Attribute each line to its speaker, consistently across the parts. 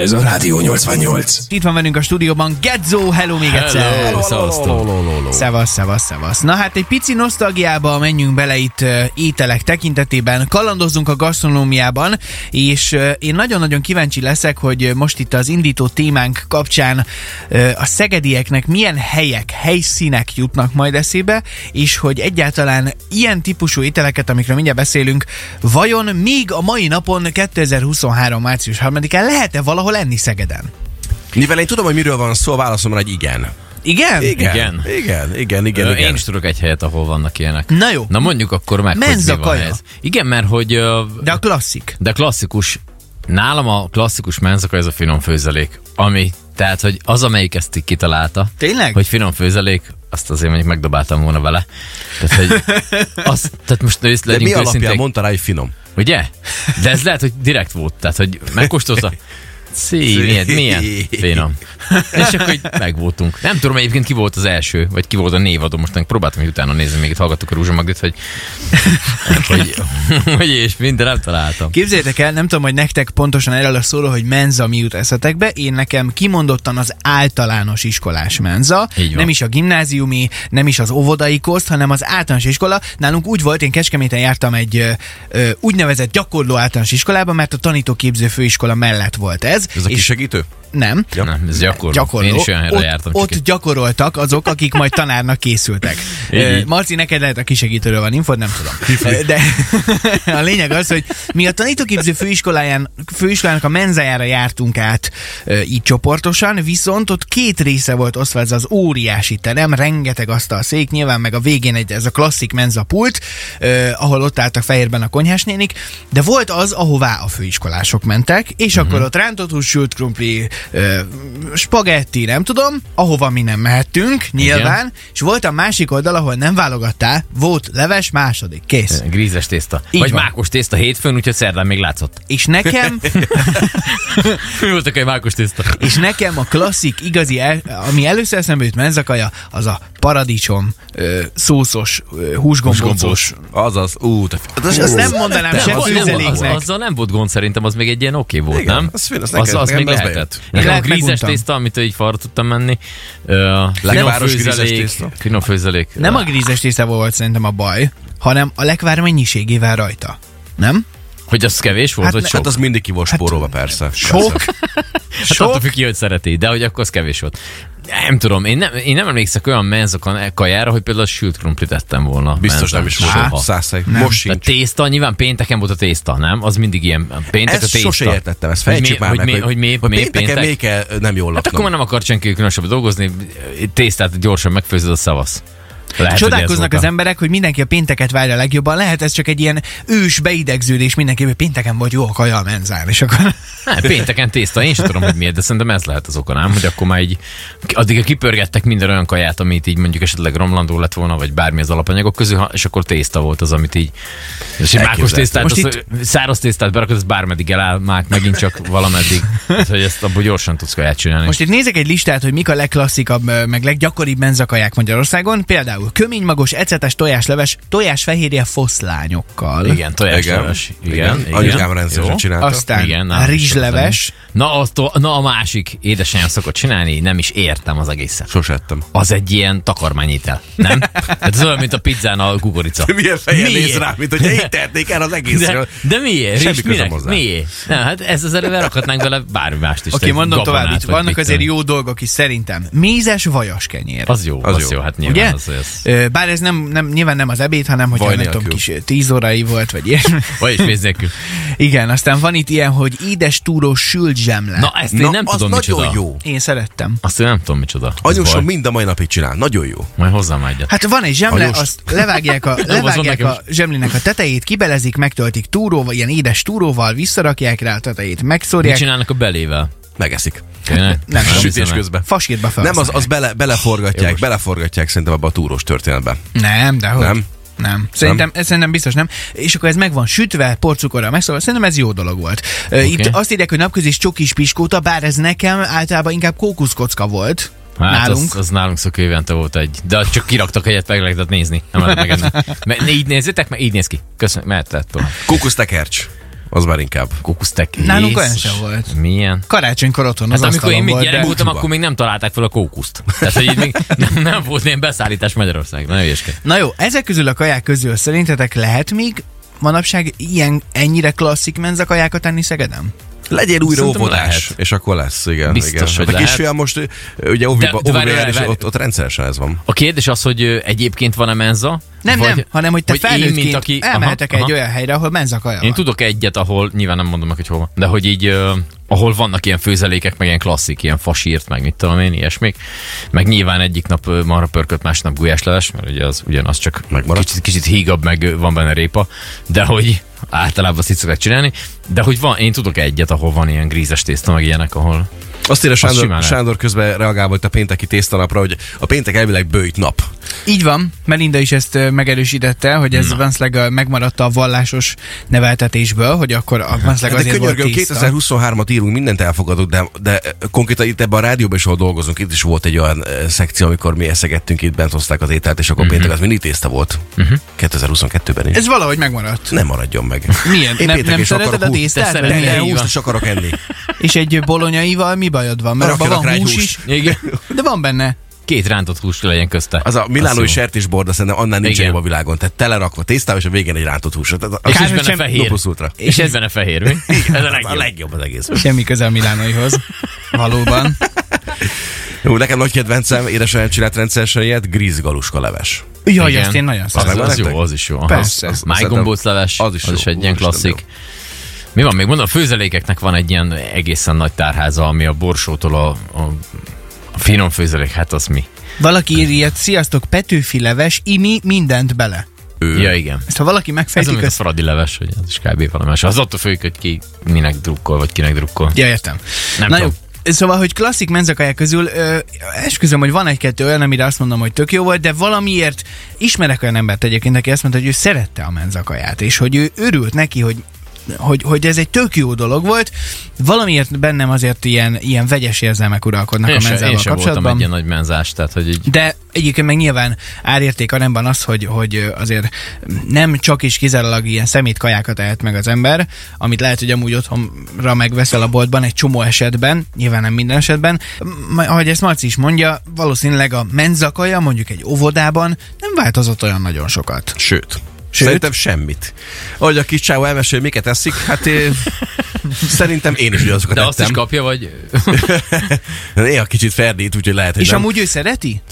Speaker 1: Ez a Rádió 88.
Speaker 2: Itt van velünk a stúdióban Gedzó, hello még egyszer.
Speaker 3: Hello, szevasztok.
Speaker 2: Szevasz, szevasz, szevasz. Na hát egy pici nosztalgiába menjünk bele itt ö, ételek tekintetében, kalandozzunk a gasztronómiában, és ö, én nagyon-nagyon kíváncsi leszek, hogy ö, most itt az indító témánk kapcsán ö, a szegedieknek milyen helyek, helyszínek jutnak majd eszébe, és hogy egyáltalán ilyen típusú ételeket, amikről mindjárt beszélünk, vajon még a mai napon 2023. március 3-án lehet-e valahol enni Szegeden?
Speaker 1: Mivel én tudom, hogy miről van szó, a válaszomra egy igen.
Speaker 2: Igen?
Speaker 1: Igen,
Speaker 3: Igen.
Speaker 1: igen, igen, igen.
Speaker 3: Ö,
Speaker 1: igen.
Speaker 3: Én is tudok egy helyet, ahol vannak ilyenek.
Speaker 2: Na jó.
Speaker 3: Na mondjuk akkor meg, hogy
Speaker 2: Menza
Speaker 3: mi van
Speaker 2: kaja.
Speaker 3: ez. Igen, mert hogy ö,
Speaker 2: De a klasszik.
Speaker 3: de klasszikus, nálam a klasszikus menzaka ez a finom főzelék, ami, tehát hogy az, amelyik ezt így kitalálta,
Speaker 2: Tényleg?
Speaker 3: hogy finom főzelék, azt azért mondjuk megdobáltam volna vele. Tehát, hogy azt, tehát most ősz
Speaker 1: De mi
Speaker 3: legyünk
Speaker 1: alapján
Speaker 3: őszinték,
Speaker 1: mondta rá, hogy finom?
Speaker 3: ugye? De ez lehet, hogy direkt volt, tehát hogy megkóstolta. Szí, milyen, milyen finom. És akkor így megvoltunk. Nem tudom egyébként ki volt az első, vagy ki volt a névadó, most meg próbáltam, hogy utána nézni, még itt hallgattuk a Rúzsamagdit, hogy, hogy, hogy és minden nem találtam.
Speaker 2: Képzeljétek el, nem tudom, hogy nektek pontosan erről szól, hogy menza mi jut eszetekbe. Én nekem kimondottan az általános iskolás menza.
Speaker 3: Így van.
Speaker 2: Nem is a gimnáziumi, nem is az óvodai koszt, hanem az általános iskola. Nálunk úgy volt, én Kecskeméten jártam egy ö, ö, úgynevezett gyakorló általános iskolába, mert a tanítóképző főiskola mellett volt ez.
Speaker 1: Ez a kis segítő?
Speaker 2: nem.
Speaker 3: Nem, ez gyakorló.
Speaker 2: Gyakorló.
Speaker 3: Én is olyan helyre
Speaker 2: ott,
Speaker 3: jártam. csak
Speaker 2: Ott
Speaker 3: egy-
Speaker 2: gyakoroltak azok, akik majd tanárnak készültek.
Speaker 3: Így,
Speaker 2: Ö,
Speaker 3: így.
Speaker 2: Marci, neked lehet a kisegítőről van infod, nem tudom. Ö, De a lényeg az, hogy mi a tanítóképző főiskoláján, főiskolának a menzájára jártunk át ö, így csoportosan, viszont ott két része volt osztva ez az óriási terem, rengeteg asztal szék, nyilván meg a végén egy, ez a klasszik menzapult, ö, ahol ott álltak fehérben a konyhásnénik, de volt az, ahová a főiskolások mentek, és akkor ott rántott hús, sült krumpli, ö, spagetti, nem tudom, ahova mi nem mehettünk, nyilván, és volt a másik oldal, ahol nem válogattál, volt leves, második, kész.
Speaker 3: Grízes tészta.
Speaker 2: Így
Speaker 3: Vagy
Speaker 2: van.
Speaker 3: mákos tészta hétfőn, úgyhogy szerdán még látszott.
Speaker 2: És nekem,
Speaker 3: Mi voltak egy mákos tészta?
Speaker 2: és nekem a klasszik, igazi, el, ami először eszembe jut menzakaja, az a paradicsom ö, szószos, ö, húsgombócos.
Speaker 1: Azaz, ú, te
Speaker 3: Hát
Speaker 1: fi-
Speaker 2: Azt azt nem mondanám se
Speaker 3: az, az,
Speaker 2: főzeléknek.
Speaker 3: azzal nem volt gond szerintem, az még egy ilyen oké volt,
Speaker 1: Igen,
Speaker 3: nem?
Speaker 1: az fin- az
Speaker 3: az,
Speaker 1: neked-
Speaker 3: az
Speaker 1: nekem
Speaker 3: még
Speaker 1: az
Speaker 3: lehetett.
Speaker 1: bejött.
Speaker 3: Nekem a
Speaker 2: Lehet,
Speaker 3: grízes
Speaker 2: meguntam.
Speaker 3: tészta, amit így farra tudtam menni. Ö, Finom
Speaker 1: Lekváros grízes
Speaker 3: főzelék.
Speaker 1: tészta.
Speaker 3: Finom főzelék.
Speaker 2: Nem a grízes tésztával volt szerintem a baj, hanem a lekvár mennyiségével rajta. Nem?
Speaker 3: Hogy az kevés volt,
Speaker 2: Hát
Speaker 3: vagy
Speaker 2: ne-
Speaker 3: sok?
Speaker 1: Hát az mindig ki volt spórolva, persze.
Speaker 2: Sok?
Speaker 1: Persze.
Speaker 3: Hát attól függ ki, hogy szereti, de hogy akkor az kevés volt. Nem tudom, én nem, én nem emlékszek olyan menzakan kajára, hogy például a sült krumplit ettem volna.
Speaker 1: Biztos
Speaker 3: menzán.
Speaker 1: nem is volt.
Speaker 3: Soha.
Speaker 1: Százszág. Most
Speaker 3: A
Speaker 1: sincs.
Speaker 3: tészta, nyilván pénteken volt a tészta, nem? Az mindig ilyen. a Péntek a
Speaker 1: Ezt
Speaker 3: tészta.
Speaker 1: sose értettem, ezt
Speaker 3: Hogy
Speaker 1: fejtsük
Speaker 3: mi-
Speaker 1: már
Speaker 3: hogy
Speaker 1: meg,
Speaker 3: mi- hogy mi- mi
Speaker 1: pénteken
Speaker 3: péntek?
Speaker 1: még kell nem jól
Speaker 3: Hát akkor már
Speaker 1: laknom.
Speaker 3: nem akar senki különösebben dolgozni, tésztát gyorsan megfőzöd a szavasz. Lehet, hogy ez
Speaker 2: Csodálkoznak
Speaker 3: volt
Speaker 2: az
Speaker 3: a-
Speaker 2: emberek, hogy mindenki a pénteket várja legjobban. Lehet ez csak egy ilyen ős beidegződés mindenki, hogy pénteken volt jó a kaja a menzán, és akkor...
Speaker 3: Hát, pénteken tészta, én sem tudom, hogy miért, de szerintem ez lehet az oka, nem? Hogy akkor már így, addig kipörgettek minden olyan kaját, amit így mondjuk esetleg romlandó lett volna, vagy bármi az alapanyagok közül, ha- és akkor tészta volt az, amit így. És egy mákos
Speaker 1: Elképzelhető.
Speaker 3: tésztát,
Speaker 2: Most
Speaker 3: Most azt, itt... száraz tésztát berakod, ez bármeddig eláll, már megint csak valameddig. Tehát, hogy ezt abból gyorsan tudsz kaját csinálni.
Speaker 2: Most itt nézek egy listát, hogy mik a legklasszikabb, ö, meg leggyakoribb menzakaják Magyarországon. Például köménymagos, ecetes, tojásleves, tojásfehérje foszlányokkal.
Speaker 3: igen, tojásleves. Igen, igen. igen.
Speaker 1: Anyukám rendszeresen
Speaker 3: Jó.
Speaker 1: csinálta.
Speaker 2: Aztán
Speaker 3: Igen,
Speaker 2: igen,
Speaker 3: nálam is
Speaker 2: rizsleves.
Speaker 3: Na, attól, na a másik édesanyám szokott csinálni, nem is értem az egészet.
Speaker 1: Sose ettem.
Speaker 3: Az egy ilyen takarmányétel, nem? Tehát ez olyan, mint a pizzán a gugorica.
Speaker 1: Milyen fejjel
Speaker 3: Miért?
Speaker 1: néz rám, mint hogy én tehetnék el az
Speaker 3: De,
Speaker 1: egészről.
Speaker 3: de miért?
Speaker 1: Semmi
Speaker 3: És
Speaker 1: közöm
Speaker 3: minek?
Speaker 1: hozzá.
Speaker 3: Miért? Nem, hát ez az erővel rakhatnánk bele bármi mást is.
Speaker 2: Oké,
Speaker 3: egy
Speaker 2: mondom
Speaker 3: gabonát,
Speaker 2: tovább, itt
Speaker 3: vagy
Speaker 2: vannak
Speaker 3: mit
Speaker 2: azért
Speaker 3: tudom.
Speaker 2: jó dolgok is szerintem. Mézes vajas kenyér.
Speaker 3: Az jó, az,
Speaker 1: Az
Speaker 3: az
Speaker 1: jó.
Speaker 3: jó. hát nyilván
Speaker 2: Ugye?
Speaker 3: az, az.
Speaker 2: Ö, Bár ez nem, nem, nyilván nem az ebéd, hanem hogy
Speaker 1: Vaj
Speaker 2: nem tudom,
Speaker 1: nélkül.
Speaker 2: kis ö, tíz órai volt, vagy ilyen.
Speaker 3: Vagyis méz nélkül.
Speaker 2: Igen, aztán van itt ilyen, hogy édes túrós sült zsemle.
Speaker 3: Na, ezt én nem
Speaker 1: az
Speaker 3: tudom micsoda.
Speaker 1: nagyon jó.
Speaker 2: Én szerettem.
Speaker 3: Azt én nem tudom micsoda. Ez
Speaker 1: Anyusom
Speaker 3: baj.
Speaker 1: mind a mai napig csinál. Nagyon jó.
Speaker 3: Majd hozzám egyet.
Speaker 2: Hát van egy zsemle,
Speaker 1: Hajós.
Speaker 2: azt levágják a,
Speaker 3: azon
Speaker 2: levágják
Speaker 3: nekem
Speaker 2: a zsemlének a tetejét, kibelezik, megtöltik túróval, ilyen édes túróval, visszarakják rá a tetejét,
Speaker 3: Mit
Speaker 2: megszórják.
Speaker 3: csinálnak a belével?
Speaker 1: Megeszik.
Speaker 3: Tényleg?
Speaker 2: Nem tudom.
Speaker 1: Sütés
Speaker 3: hiszem el.
Speaker 1: közben.
Speaker 2: Fasírba fel.
Speaker 1: Nem, az, az bele, beleforgatják, beleforgatják szerintem abba a túrós történetbe.
Speaker 2: Nem, de hogy?
Speaker 1: Nem?
Speaker 2: Nem. Szerintem, nem. szerintem biztos nem. És akkor ez meg van sütve, porcukorral megszóval. Szerintem ez jó dolog volt. Okay. Itt azt írják, hogy napközis csokis piskóta, bár ez nekem általában inkább kókuszkocka volt.
Speaker 3: Hát
Speaker 2: nálunk.
Speaker 3: Az, az nálunk szok évente volt egy, de azt csak kiraktak egyet, meg lehetett nézni. Nem lehet megenni. Mert így nézzétek, mert így néz ki. Köszönöm, mert tehát tovább.
Speaker 1: Kukusztekercs. az már inkább.
Speaker 3: Kókusztek.
Speaker 2: Nálunk olyan
Speaker 3: Jézus.
Speaker 2: sem volt.
Speaker 3: Milyen?
Speaker 2: Karácsonykor otthon
Speaker 3: Hát
Speaker 2: az
Speaker 3: amikor én
Speaker 2: asztalon
Speaker 3: még
Speaker 2: volt, de-
Speaker 3: gyerek voltam,
Speaker 1: Cuba.
Speaker 3: akkor még nem találták fel a kókuszt. Tehát, hogy így még nem, nem volt ilyen beszállítás Magyarországon. Ne hülyeskedj.
Speaker 2: Na jó, ezek közül a kaják közül szerintetek lehet még manapság ilyen ennyire klasszik menzakajákat enni Szegedem?
Speaker 1: Legyen újra
Speaker 3: Szerintem
Speaker 1: óvodás,
Speaker 3: lehet.
Speaker 1: és akkor lesz, igen.
Speaker 3: Biztos,
Speaker 1: igen.
Speaker 3: hogy
Speaker 1: Hát a
Speaker 3: lehet.
Speaker 1: kisfiam most ö, ugye óviba,
Speaker 3: De- de várj,
Speaker 1: óviba jár,
Speaker 3: várj,
Speaker 1: és
Speaker 3: várj.
Speaker 1: ott, ott rendszeresen ez van.
Speaker 3: A kérdés az, hogy ö, egyébként van-e menza?
Speaker 2: Nem,
Speaker 3: Vagy-
Speaker 2: nem, hanem hogy te
Speaker 3: vagy én,
Speaker 2: felnőttként
Speaker 3: mint aki- aha,
Speaker 2: elmehetek
Speaker 3: aha.
Speaker 2: egy olyan helyre, ahol menzakaja
Speaker 3: Én
Speaker 2: van.
Speaker 3: tudok egyet, ahol, nyilván nem mondom meg, hogy hova, de hogy így, ö, ahol vannak ilyen főzelékek, meg ilyen klasszik, ilyen fasírt, meg mit tudom én, ilyesmik. Meg nyilván egyik nap ö, marha pörkölt, másnap gulyásleves, mert ugye az ugyanaz csak
Speaker 1: Megmaradt.
Speaker 3: kicsit, kicsit hígabb, meg ö, van benne répa, de hogy általában azt így szokták csinálni, de hogy van, én tudok egyet, ahol van ilyen grízes tészta, meg ilyenek, ahol
Speaker 1: Azt írja
Speaker 3: simán
Speaker 1: Sándor,
Speaker 3: lehet.
Speaker 1: Sándor közben reagál volt a pénteki tésztanapra, hogy a péntek elvileg bőjt nap.
Speaker 2: Így van, Melinda is ezt ö, megerősítette, hogy ez Vanszleg ö, megmaradt a vallásos neveltetésből, hogy akkor a Vanszleg
Speaker 1: De
Speaker 2: azért volt
Speaker 1: Hát könyörgöm,
Speaker 2: tiszta.
Speaker 1: 2023-at írunk, mindent elfogadok, de, de eh, konkrétan itt ebben a rádióban is, ahol dolgozunk, itt is volt egy olyan eh, szekció, amikor mi eszegettünk, itt bent hozták az ételt, és
Speaker 3: Mhm.
Speaker 1: akkor péntek az mindig tészta volt. 2022-ben is.
Speaker 2: Ez valahogy megmaradt.
Speaker 1: Nem maradjon meg.
Speaker 2: Milyen?
Speaker 1: Én
Speaker 2: Nem,
Speaker 1: péntek
Speaker 2: nem
Speaker 1: is akarok
Speaker 2: szereted a
Speaker 1: húst.
Speaker 2: tésztát?
Speaker 3: Te
Speaker 1: De
Speaker 2: venni?
Speaker 3: szereted.
Speaker 1: ne,
Speaker 3: Így van.
Speaker 1: húst is akarok enni.
Speaker 2: És egy bolonyaival mi bajod van? Mert abban
Speaker 1: Rakjanak
Speaker 2: van
Speaker 1: rá egy
Speaker 2: hús
Speaker 1: húst.
Speaker 2: is,
Speaker 3: igen,
Speaker 2: de van benne.
Speaker 3: két rántott hús legyen közte.
Speaker 1: Az a milánói
Speaker 3: jó.
Speaker 1: sertésborda szerintem annál nincs
Speaker 3: Igen.
Speaker 1: jobb a világon. Tehát telerakva tésztával, és a végén egy rántott hús. Tehát
Speaker 3: és
Speaker 1: az-
Speaker 3: is benne
Speaker 2: sem-
Speaker 3: fehér.
Speaker 1: Doboz ultra.
Speaker 3: És ez benne fehér, mi? Ez a
Speaker 1: az a
Speaker 3: legjobb.
Speaker 1: legjobb az egész.
Speaker 2: Semmi köze a Milánaihoz. Valóban.
Speaker 1: Jó, nekem nagy kedvencem, édesanyám csinált rendszeresen ilyet, grízgaluska leves.
Speaker 2: Jaj,
Speaker 3: Igen.
Speaker 2: ezt én nagyon
Speaker 1: Az
Speaker 2: szeretem.
Speaker 1: meg
Speaker 3: Az,
Speaker 1: van
Speaker 3: az
Speaker 1: nektek?
Speaker 3: jó, az is jó. Aha.
Speaker 2: Persze.
Speaker 3: Az,
Speaker 1: Az-
Speaker 3: az májgombócleves, az is, az is
Speaker 1: jó.
Speaker 3: egy ilyen
Speaker 1: Úristen,
Speaker 3: klasszik. Mi van még? Mondom, a főzelékeknek van egy ilyen egészen nagy tárháza, ami a borsótól a, a, a finom főzelék, hát az mi?
Speaker 2: Valaki ír ilyet, sziasztok, Petőfi leves, imi mindent bele.
Speaker 1: Ő.
Speaker 3: Ja, igen.
Speaker 2: Ezt ha valaki
Speaker 3: Ez
Speaker 2: megfejtik,
Speaker 3: amit a
Speaker 2: ezt...
Speaker 3: fradi leves, hogy az is kb. valami más. Az attól függ, hogy ki minek drukkol, vagy kinek drukkol.
Speaker 2: Ja, értem.
Speaker 3: Nem
Speaker 2: Na
Speaker 3: tudom.
Speaker 2: jó. Szóval, hogy klasszik menzakaják közül, ö, esküszöm, hogy van egy-kettő olyan, amire azt mondom, hogy tök jó volt, de valamiért ismerek olyan embert egyébként, aki azt mondta, hogy ő szerette a menzakaját, és hogy ő örült neki, hogy hogy, hogy ez egy tök jó dolog volt, valamiért bennem azért ilyen, ilyen vegyes érzelmek uralkodnak
Speaker 3: Én
Speaker 2: a
Speaker 3: se,
Speaker 2: menzával
Speaker 3: én se voltam
Speaker 2: kapcsolatban.
Speaker 3: egy ilyen nagy menzás, tehát hogy így
Speaker 2: De egyébként meg nyilván árérték arányban az, hogy, hogy ö, azért nem csak is kizárólag ilyen szemét kajákat ehet meg az ember, amit lehet, hogy amúgy otthonra megveszel a boltban egy csomó esetben, nyilván nem minden esetben. M- Ahogy ezt Marci is mondja, valószínűleg a menzakaja mondjuk egy óvodában nem változott olyan nagyon sokat.
Speaker 1: Sőt. Szerintem semmit. Ahogy a kis csávó elmesél, miket eszik, hát én, szerintem én is ugyanazokat
Speaker 3: de azt is
Speaker 1: ettem.
Speaker 3: kapja, vagy
Speaker 1: Néha kicsit ferdít, úgyhogy lehet, hogy
Speaker 2: És
Speaker 1: nem.
Speaker 2: amúgy ő szereti?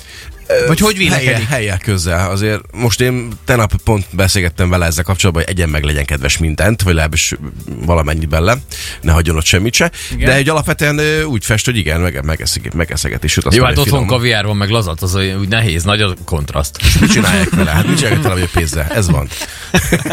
Speaker 2: Vagy hogy
Speaker 1: helye,
Speaker 2: vélekedik?
Speaker 1: helye közel. Azért most én tenap pont beszélgettem vele ezzel kapcsolatban, hogy egyen meg legyen kedves mindent, vagy legalábbis valamennyit bele, ne hagyjon ott semmit se. Igen. De egy alapvetően ö, úgy fest, hogy igen, meg, megeszik, megeszeget is.
Speaker 3: jó, hát otthon kaviár van, meg lazat, az olyan úgy nehéz, nagy a kontraszt.
Speaker 1: Mit csinálják vele? Hát mit csinálják vele, hogy pénzzel? Ez van.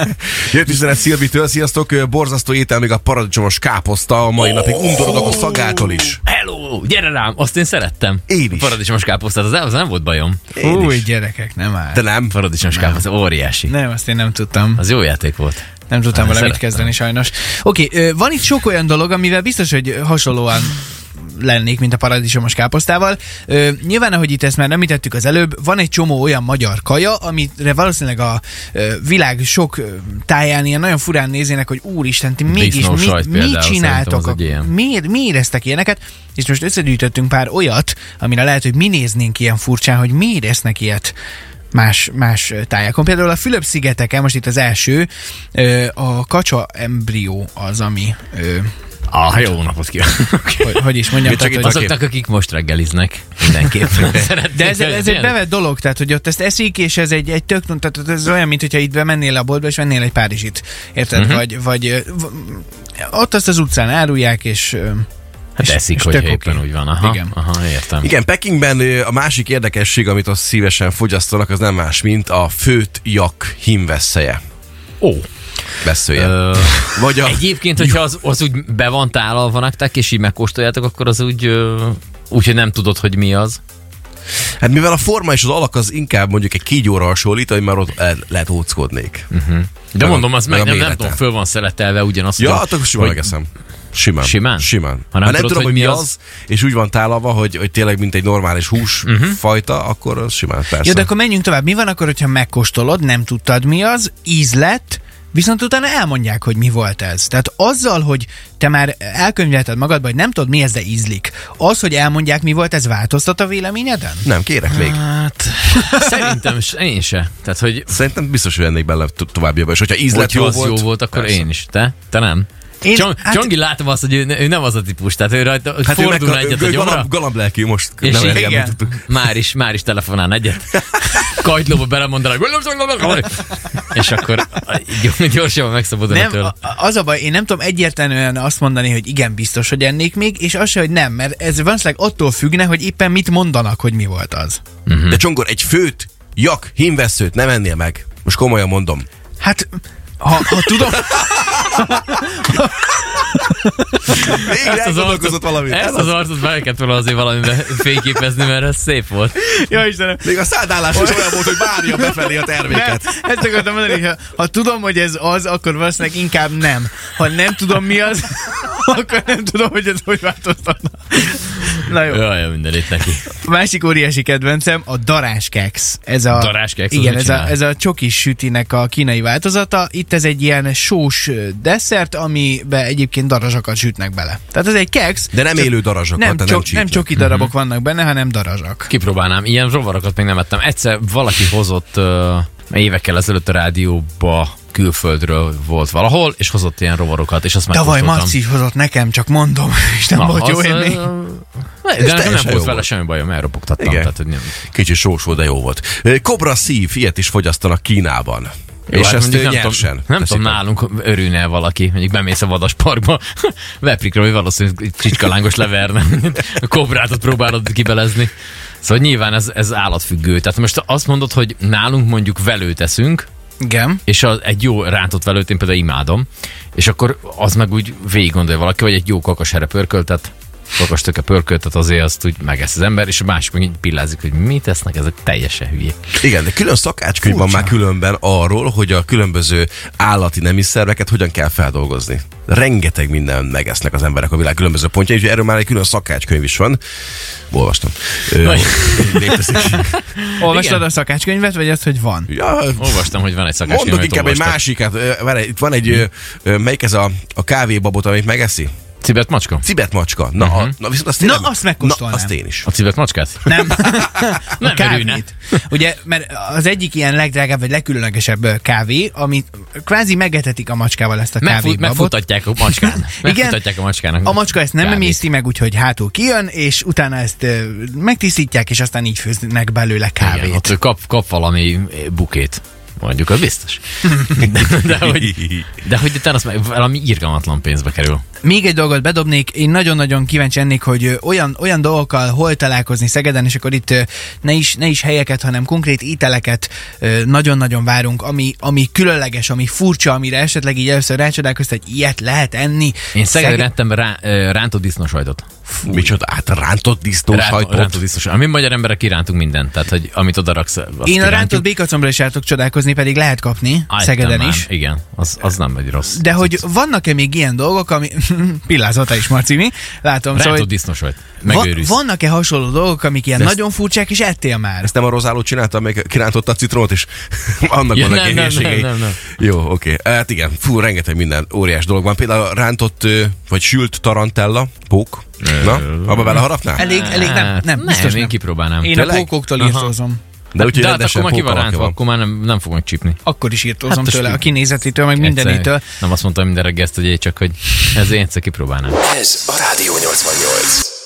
Speaker 1: Jött üzenet Szilvitől, sziasztok, ö, borzasztó étel még a paradicsomos káposzta, a mai napig
Speaker 3: Oh.
Speaker 1: undorodok a szagától is.
Speaker 3: Hello, gyere rám, azt én szerettem.
Speaker 1: Én is.
Speaker 3: Paradicsomos káposztát, az, az nem volt bajom.
Speaker 1: Én
Speaker 2: Új,
Speaker 1: is.
Speaker 2: gyerekek, nem áll.
Speaker 1: De nem.
Speaker 3: Paradicsomos káposzta, óriási.
Speaker 2: Nem, azt én nem tudtam.
Speaker 3: Az jó játék volt.
Speaker 2: Nem tudtam
Speaker 3: Nem
Speaker 2: vele mit
Speaker 3: szerettem.
Speaker 2: kezdeni sajnos. Oké, okay, van itt sok olyan dolog, amivel biztos, hogy hasonlóan lennék, mint a paradicsomos káposztával. Ö, nyilván, ahogy itt ezt már említettük az előbb, van egy csomó olyan magyar kaja, amire valószínűleg a ö, világ sok ö, táján ilyen nagyon furán nézének, hogy úristen, ti mégis
Speaker 3: Disznó
Speaker 2: mi,
Speaker 3: sajt
Speaker 2: mi
Speaker 3: például szerintem az
Speaker 2: csináltok?
Speaker 3: egy ilyen.
Speaker 2: Miért, miért éreztek ilyeneket? És most összegyűjtöttünk pár olyat, amire lehet, hogy mi néznénk ilyen furcsán, hogy miért esznek ilyet más, más tájákon. Például a Fülöp-szigeteken, most itt az első, ö, a kacsa embrió az, ami, ö,
Speaker 3: Ah, jó napot kívánok!
Speaker 2: hogy, hogy is mondjam,
Speaker 1: Mit csak
Speaker 2: tehát,
Speaker 1: itt
Speaker 2: hogy
Speaker 3: Azoknak, akik most reggeliznek, mindenképpen szeretnék.
Speaker 2: de ez, ez egy bevett dolog, tehát hogy ott ezt eszik, és ez egy, egy tök, tehát ez olyan, mint hogyha itt bemennél a boltba, és vennél egy párizsit, érted?
Speaker 3: Mhm.
Speaker 2: Uh-huh. Vagy, vagy ö, v- ott azt az utcán árulják, és... ö,
Speaker 3: Hát
Speaker 2: és-
Speaker 3: eszik,
Speaker 2: és
Speaker 3: hogy
Speaker 2: tök
Speaker 3: éppen
Speaker 2: oké.
Speaker 3: úgy van. Aha,
Speaker 2: Igen.
Speaker 3: aha értem.
Speaker 1: Igen, Pekingben ö, a másik érdekesség, amit azt szívesen fogyasztanak, az nem más, mint a főt jak hímveszeje.
Speaker 3: Ó,
Speaker 1: Veszője.
Speaker 3: ö,
Speaker 1: Vagy a...
Speaker 3: egyébként, hogyha az, az úgy be van tálalva nektek, és így megkóstoljátok, akkor az úgy... ö, Úgyhogy nem tudod, hogy mi az.
Speaker 1: Hát mivel a forma és az alak az inkább mondjuk egy kígyóra hasonlít, hogy már ott el, lehet
Speaker 3: Hm.
Speaker 1: óckodnék.
Speaker 3: De
Speaker 1: a-
Speaker 3: mondom, az
Speaker 1: meg
Speaker 3: meg
Speaker 1: a
Speaker 3: nem, nem
Speaker 1: mérete.
Speaker 3: tudom, föl van szeletelve ugyanazt.
Speaker 1: Ja,
Speaker 3: a-
Speaker 1: hát akkor simán megeszem. Simán.
Speaker 3: Simán?
Speaker 1: Simán. ha
Speaker 3: Ha nem
Speaker 1: nem
Speaker 3: tudod,
Speaker 1: tudom, hogy
Speaker 3: hogy
Speaker 1: mi
Speaker 3: mi
Speaker 1: az, és úgy van tálalva, hogy, hogy tényleg mint egy normális hús
Speaker 3: Mhm.
Speaker 1: uh-huh. fajta, akkor az simán persze.
Speaker 2: Jó, de akkor menjünk tovább. Mi van akkor, hogyha megkóstolod, nem tudtad mi az, íz lett, viszont utána elmondják, hogy mi volt ez. Tehát azzal, hogy te már elkönyvelted magadba, hogy nem tudod, mi ez, de ízlik, az, hogy elmondják, mi volt, ez változtat a véleményeden?
Speaker 1: Nem, kérek még.
Speaker 3: Hát, szerintem s- én se. Tehát, hogy
Speaker 1: Szerintem biztos, hogy ennék bele to- tovább jobban. És hogyha ízlet
Speaker 3: Hogyha
Speaker 1: jó
Speaker 3: az
Speaker 1: volt,
Speaker 3: jó volt, akkor
Speaker 1: persze.
Speaker 3: én is. Te? Te nem?
Speaker 2: Én-
Speaker 3: Én, Csong,
Speaker 2: hát-
Speaker 3: hát, Csongi látom azt, hogy ő, ő, nem az a típus, tehát ő rajta hát
Speaker 1: Hát ő
Speaker 3: fordul
Speaker 1: mekkora-
Speaker 3: egyet
Speaker 1: ő
Speaker 3: a gyomra,
Speaker 1: galamb, galamb lelkű most.
Speaker 3: és
Speaker 1: nem
Speaker 3: így,
Speaker 1: igen.
Speaker 3: igen, már is, már is telefonál egyet. Kagylóba belemondanak, és akkor gyorsabban megszabadul
Speaker 2: Nem,
Speaker 3: tőle.
Speaker 2: a- a- az a baj, én nem tudom egyértelműen azt mondani, hogy igen, biztos, hogy ennék még, és az se, hogy nem, mert ez valószínűleg attól függne, hogy éppen mit mondanak, hogy mi volt az.
Speaker 1: De Csongor, egy főt, jak, hímveszőt nem ennél meg. Most komolyan mondom.
Speaker 2: Hát, ha, ha tudom,
Speaker 1: Végre elgondolkozott valamit. Ez
Speaker 3: ezt
Speaker 1: az.
Speaker 3: az arcot bele kellett volna azért valamiben fényképezni, mert ez szép volt.
Speaker 2: ja Istenem,
Speaker 1: Még a szádállás is olyan volt, hogy bárja befelé a terméket.
Speaker 2: Nem, ezt akartam mondani, ha, ha tudom, hogy ez az, akkor valószínűleg inkább nem. Ha nem tudom, mi az, akkor nem tudom, hogy ez hogy változtatna. Na jó.
Speaker 3: Jaj, minden itt neki.
Speaker 2: A másik óriási kedvencem a daráskex. Ez a,
Speaker 3: Daráskex, az
Speaker 2: igen,
Speaker 3: mit
Speaker 2: ez a,
Speaker 3: csinál?
Speaker 2: ez a csokis sütinek a kínai változata. Itt ez egy ilyen sós ö, desszert, amibe egyébként darazsakat sütnek bele. Tehát ez egy kex.
Speaker 1: De nem
Speaker 2: csak-
Speaker 1: élő darazsakat,
Speaker 2: nem,
Speaker 1: tehát nem
Speaker 2: csok, nem,
Speaker 1: csípnek.
Speaker 2: csoki darabok vannak benne, hanem darazsak.
Speaker 3: Kipróbálnám, ilyen rovarokat még nem ettem. Egyszer valaki hozott uh, évekkel ezelőtt a rádióba külföldről volt valahol, és hozott ilyen rovarokat, és azt már
Speaker 2: Tavaly Marci hozott nekem, csak mondom, és nem volt jó élmény.
Speaker 3: De nekem nem
Speaker 1: teljesen jó
Speaker 3: volt vele
Speaker 1: volt.
Speaker 3: semmi bajom, elropogtattam.
Speaker 1: Igen.
Speaker 3: Tehát, hogy nem.
Speaker 1: Kicsi sós volt, de jó volt. Ö, Kobra szív, ilyet is fogyasztanak Kínában.
Speaker 3: Jó,
Speaker 1: és
Speaker 3: hát
Speaker 1: ezt
Speaker 3: mondjuk
Speaker 1: nem
Speaker 3: nem
Speaker 1: nyersen.
Speaker 3: tudom, nem
Speaker 1: teszik
Speaker 3: tudom
Speaker 1: el.
Speaker 3: nálunk örülne valaki, mondjuk bemész a vadasparkba, veprikről, hogy valószínűleg csicskalángos leverne, a kobrátot próbálod kibelezni. Szóval nyilván ez, ez állatfüggő. Tehát most azt mondod, hogy nálunk mondjuk velőt eszünk,
Speaker 2: Igen.
Speaker 3: és az, egy jó rántott velőt én például imádom, és akkor az meg úgy végig gondolja valaki, hogy egy jó kakashere pörköltet, kakas töke pörköltet, azért azt úgy megesz az ember, és a másik meg így pillázik, hogy mit tesznek, ezek teljesen hülyék.
Speaker 1: Igen, de külön szakácskönyv van
Speaker 2: Furcsa.
Speaker 1: már különben arról, hogy a különböző állati nemiszerveket hogyan kell feldolgozni. Rengeteg minden megesznek az emberek a világ különböző pontjain, úgyhogy erről már egy külön szakácskönyv is van. Olvastam. Ö,
Speaker 3: Vagy-
Speaker 1: létezik.
Speaker 2: Olvastad
Speaker 3: Igen.
Speaker 2: a szakácskönyvet, vagy azt, hogy van?
Speaker 1: ja,
Speaker 3: Olvastam, hogy van egy szakás.
Speaker 1: mondok inkább egy másikat. Ö, várj, Itt van egy, ö, ö, melyik ez a, a kávébabot, amit megeszi?
Speaker 3: Cibet macska?
Speaker 1: Cibet macska. Na, uh-huh. a, na viszont azt én
Speaker 2: Na,
Speaker 1: nem-
Speaker 2: azt megkóstolnám.
Speaker 1: Na, azt én is.
Speaker 3: A cibet macskát?
Speaker 2: Nem.
Speaker 3: Nem örülne.
Speaker 2: kávét. Ugye, mert az egyik ilyen legdrágább vagy legkülönlegesebb ö, kávé, amit kvázi megetetik a macskával ezt a
Speaker 3: Megfut,
Speaker 2: kávét.
Speaker 3: megfutatják a macskán. Megfutatják a macskának.
Speaker 2: A macska ezt nem
Speaker 3: Kávét.
Speaker 2: emészti meg, úgyhogy hátul kijön, és utána ezt ö, megtisztítják, és aztán így főznek belőle kávét.
Speaker 3: Igen, ott ő kap, kap valami eh, bukét. Mondjuk, az biztos. De, de, hogy, de hogy utána azt meg valami irgalmatlan pénzbe kerül.
Speaker 2: Még egy dolgot bedobnék, én nagyon-nagyon kíváncsi ennék, hogy ö, olyan, olyan dolgokkal hol találkozni Szegeden, és akkor itt ö, ne is, ne is helyeket, hanem konkrét ételeket ö, nagyon-nagyon várunk, ami, ami különleges, ami furcsa, amire esetleg így először rácsodálkoztat, hogy ilyet lehet enni.
Speaker 3: Én Szegeden
Speaker 2: Szege-
Speaker 3: ettem rá, ö, rántott disznósajtot.
Speaker 1: Micsoda, hát rántott disznó
Speaker 3: Rá-
Speaker 1: sajtot.
Speaker 3: Rántott disznósajtot. Mi magyar emberek kirántunk mindent, tehát hogy amit oda raksz, azt
Speaker 2: Én a
Speaker 3: kirántjuk.
Speaker 2: rántott békacomra is el tudok csodálkozni, pedig lehet kapni
Speaker 3: Á, ettem
Speaker 2: Szegeden
Speaker 3: már.
Speaker 2: is.
Speaker 3: Igen, az, az nem egy rossz.
Speaker 2: De hogy vannak-e még ilyen dolgok, ami... Pillázata is, Marci, mi? Látom,
Speaker 3: Rántott
Speaker 2: szóval...
Speaker 3: szóval,
Speaker 2: hogy
Speaker 3: disznósajt.
Speaker 2: va-
Speaker 3: Megőrülsz.
Speaker 2: vannak-e hasonló dolgok, amik ilyen
Speaker 3: De ezt-
Speaker 2: nagyon furcsák, és ettél már?
Speaker 1: Ezt nem a rozáló csinálta, amelyik kirántotta a citromot, és annak
Speaker 3: Ja,
Speaker 1: vannak
Speaker 3: nem, nem,
Speaker 1: gyengeségei.
Speaker 3: nem, nem, nem.
Speaker 1: Jó, oké. Hát igen, fú, rengeteg minden óriás dolog van. Például a rántott, ö, vagy sült tarantella, pók. Na, abba beleharapnál?
Speaker 2: Elég, elég nem, nem,
Speaker 3: Hát, nem
Speaker 2: biztos
Speaker 3: én
Speaker 2: nem.
Speaker 3: kipróbálnám.
Speaker 2: Én
Speaker 1: Tényleg?
Speaker 2: a pókoktól
Speaker 3: Aha.
Speaker 2: írtózom.
Speaker 1: De úgyhogy
Speaker 3: de hát akkor
Speaker 1: rendesen
Speaker 3: már ki
Speaker 1: pók
Speaker 3: van
Speaker 1: alakja
Speaker 3: rántva,
Speaker 1: van.
Speaker 3: akkor már nem, nem fognak csípni.
Speaker 2: Akkor is írtózom
Speaker 3: Hát,
Speaker 2: tőle, a
Speaker 3: most-
Speaker 2: kinézetétől, meg mindenitől.
Speaker 3: Nem azt mondtam minden reggel ezt, hogy én csak, hogy ez én egyszer kipróbálnám.
Speaker 4: Ez a Rádió 88.